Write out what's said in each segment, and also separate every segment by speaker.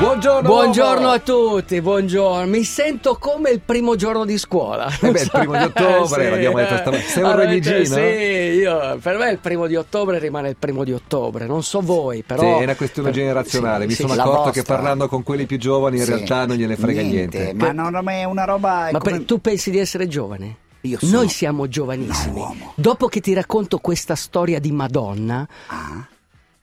Speaker 1: Buongiorno.
Speaker 2: Buongiorno
Speaker 1: uomo.
Speaker 2: a tutti, buongiorno. Mi sento come il primo giorno di scuola.
Speaker 1: Eh beh, il primo di ottobre, l'abbiamo detto stamattina. Sei un remigino?
Speaker 2: Sì, io, per me il primo di ottobre rimane il primo di ottobre, non so voi, però...
Speaker 1: Sì, è una questione
Speaker 3: eh,
Speaker 2: per-
Speaker 1: generazionale.
Speaker 2: sì,
Speaker 1: Mi
Speaker 2: sì,
Speaker 1: sono
Speaker 2: la
Speaker 1: accorto
Speaker 2: vostra.
Speaker 1: che parlando con quelli più giovani in
Speaker 3: Sì.
Speaker 1: realtà non gliene frega niente.
Speaker 3: Ma no, no, ma è una roba. è
Speaker 2: Ma
Speaker 3: come-
Speaker 2: per- tu pensi di essere giovane?
Speaker 3: Io sono-
Speaker 2: Noi siamo giovanissimi.
Speaker 3: No, uomo.
Speaker 2: Dopo che ti racconto questa storia di Madonna,
Speaker 3: Ah,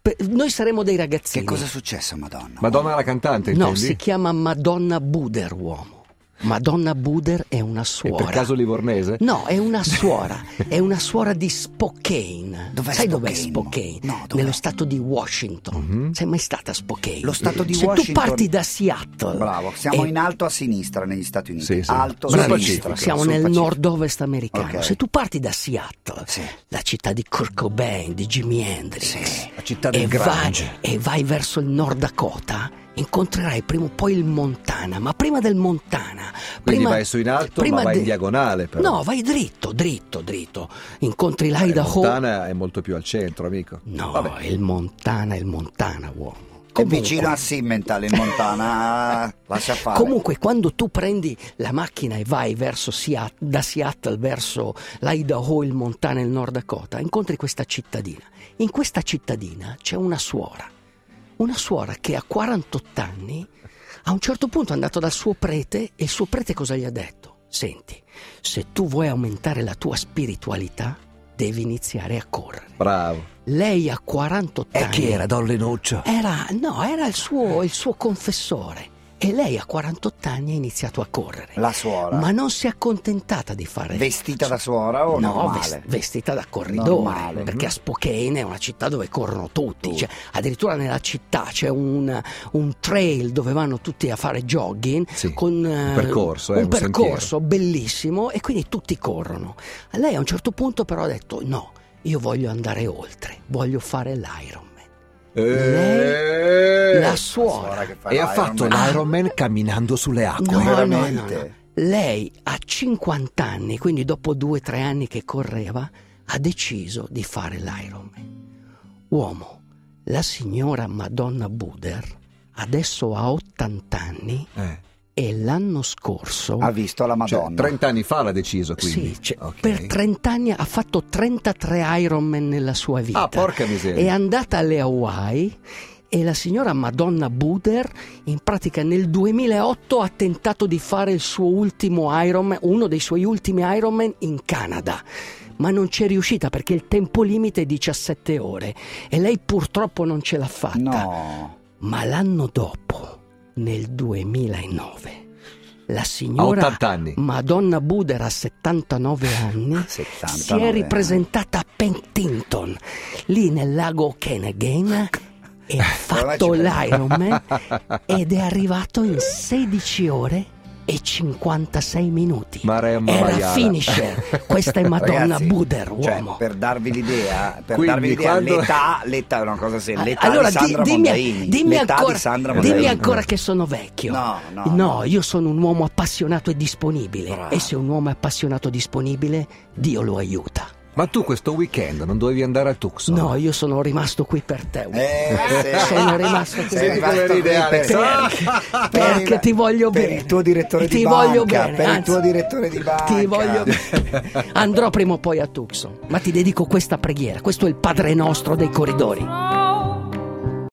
Speaker 2: per- noi saremo dei
Speaker 3: che
Speaker 2: ragazzini.
Speaker 3: cosa è successo, Madonna?
Speaker 1: Madonna la cantante,
Speaker 2: No,
Speaker 1: intendi?
Speaker 2: si chiama Madonna Buder, uomo. Madonna Buder è una
Speaker 1: E
Speaker 2: suora.
Speaker 1: per caso livornese?
Speaker 2: No, è una suora, è una suora di Spokane.
Speaker 3: Dov'è
Speaker 2: Sai dov'è
Speaker 3: Spokane?
Speaker 2: Spokane?
Speaker 3: No, dov'è? Mhm.
Speaker 2: Nello stato di Washington. Sei mai stata a Spokane?
Speaker 3: Lo stato di
Speaker 2: Se
Speaker 3: Washington-
Speaker 2: tu parti da Seattle.
Speaker 3: Bravo, Oh, siamo
Speaker 2: e-
Speaker 3: in alto a sinistra negli Stati Uniti.
Speaker 1: Sì, sì.
Speaker 3: Alto
Speaker 1: Sul
Speaker 3: a
Speaker 1: Pacifico.
Speaker 3: sinistra.
Speaker 2: Siamo
Speaker 3: sul
Speaker 2: nel
Speaker 3: Pacifico.
Speaker 2: nord-ovest americano.
Speaker 3: Ok.
Speaker 2: Se tu parti da Seattle,
Speaker 3: Sì.
Speaker 2: la città di Kurt Cobain, di Jimi Hendrix,
Speaker 3: Sì, la città del
Speaker 2: e, vai,
Speaker 3: grunge.
Speaker 2: e vai verso il Nord Dakota, incontrerai prima o poi il Montana. Ma prima del Montana,
Speaker 1: Quindi
Speaker 2: prima-
Speaker 1: vai su in alto,
Speaker 2: prima
Speaker 1: ma vai in
Speaker 2: de-
Speaker 1: diagonale però.
Speaker 2: No, vai dritto, dritto, dritto. Incontri
Speaker 1: Eh,
Speaker 2: l'Idaho.
Speaker 1: Montana è molto più al centro, amico.
Speaker 2: No,
Speaker 1: Vabbè.
Speaker 2: il Montana, il Montana, uomo.
Speaker 3: È vicino a Simmental in Montana. Lascia fare.
Speaker 2: Comunque, quando tu prendi la macchina e vai verso Seat- da Seattle verso l'Idaho, il Montana e il Nord Dakota, incontri questa cittadina. In questa cittadina c'è una suora. Una suora che a 48 anni, a un certo punto è andata dal suo prete e il suo prete cosa gli ha detto? Senti, se tu vuoi aumentare la tua spiritualità, devi iniziare a correre.
Speaker 1: Bravo.
Speaker 2: Lei a 48 anni.
Speaker 3: Eh, Don Lenuccio?
Speaker 2: Era, no, era il suo, il suo confessore. E lei a 48 anni ha iniziato a correre.
Speaker 3: La suora.
Speaker 2: Ma non si è accontentata di fare.
Speaker 3: Vestita da suora o
Speaker 2: no,
Speaker 3: normale?
Speaker 2: ves- vestita da corridore.
Speaker 3: Normale.
Speaker 2: Perché
Speaker 1: mm.
Speaker 2: a Spokane è una città dove corrono tutti.
Speaker 3: Tutti.
Speaker 2: Cioè, addirittura nella città c'è un, un trail dove vanno tutti a fare jogging.
Speaker 1: Sì.
Speaker 2: Con, eh,
Speaker 1: un percorso, eh,
Speaker 2: un
Speaker 1: un sentiero.
Speaker 2: percorso bellissimo e quindi tutti corrono. Lei a un certo punto però ha detto no, io voglio andare oltre, voglio fare l'Ironman.
Speaker 1: Eh,
Speaker 2: la
Speaker 3: La
Speaker 2: suora
Speaker 3: suora che fa
Speaker 1: E ha
Speaker 3: l'Iron
Speaker 1: fatto
Speaker 3: Man.
Speaker 1: l'Iron Man camminando sulle acque.
Speaker 2: No,
Speaker 3: veramente?
Speaker 2: no, no, no. Lei a 50 anni, quindi dopo due o tre anni che correva, ha deciso di fare l'Ironman. Uomo, la signora Madonna Buder adesso ha 80 anni
Speaker 1: Eh,
Speaker 2: e l'anno scorso...
Speaker 3: Ah, Ha visto la
Speaker 1: cioè,
Speaker 3: Madonna.
Speaker 1: 30 anni fa l'ha deciso, quindi.
Speaker 2: Sì, cioè,
Speaker 1: Ok.
Speaker 2: per 30 anni ha fatto 33 Ironman nella sua vita.
Speaker 1: Ah, porca miseria.
Speaker 2: È andata alle Hawaii e la signora Madonna Buder in pratica nel 2008 ha tentato di fare il suo ultimo Ironman, uno dei suoi ultimi Ironman in Canada. Ma non ci è riuscita perché il tempo limite è 17 ore e lei purtroppo non ce l'ha fatta.
Speaker 3: No.
Speaker 2: Ma l'anno dopo, nel 2009, la
Speaker 1: A
Speaker 2: signora
Speaker 1: 80 anni.
Speaker 2: Madonna Buder a 79
Speaker 3: Ah,
Speaker 2: anni
Speaker 3: 79.
Speaker 2: si è ripresentata a Pentington, lì nel lago Kenegan e ha fatto
Speaker 3: Ormai Ah. ci
Speaker 2: l'Ironman ed è arrivato in 16 ore e 56 minuti.
Speaker 1: Maremma
Speaker 2: Era
Speaker 1: Maiala. Eh,
Speaker 2: finisher. Questa è Madonna
Speaker 3: Ragazzi,
Speaker 2: Buder,
Speaker 3: cioè,
Speaker 2: uomo.
Speaker 3: per darvi l'idea, per
Speaker 1: Quindi,
Speaker 3: darvi l'idea,
Speaker 1: quando-
Speaker 3: l'età, l'età è una cosa seria, l'età
Speaker 2: Ah, allora,
Speaker 3: di Sandra
Speaker 2: di-
Speaker 3: Mondaini,
Speaker 2: dimmi, dimmi
Speaker 3: l'età
Speaker 2: ancora,
Speaker 3: di Sandra
Speaker 2: dimmi
Speaker 3: Mondaini.
Speaker 2: ancora che sono vecchio.
Speaker 3: No, no, no.
Speaker 2: io sono un uomo appassionato e disponibile.
Speaker 3: Bravo.
Speaker 2: E se un uomo è appassionato e disponibile, Dio lo aiuta.
Speaker 1: Ma tu questo weekend non dovevi andare a Tucson?
Speaker 2: No, io sono rimasto qui per te.
Speaker 3: Eh,
Speaker 2: Sono rimasto così.
Speaker 3: Sei rimasto
Speaker 1: Perché-
Speaker 3: qui per- Ah,
Speaker 2: perché, perché ti voglio
Speaker 3: per
Speaker 2: bene.
Speaker 3: il tuo direttore di
Speaker 2: ti
Speaker 3: banca,
Speaker 2: voglio bene,
Speaker 3: per il
Speaker 2: anzi,
Speaker 3: tuo direttore di banca.
Speaker 2: Ti voglio bene. Andrò prima o poi a Tucson, ma ti dedico questa preghiera. Questo è il Padre nostro dei corridori.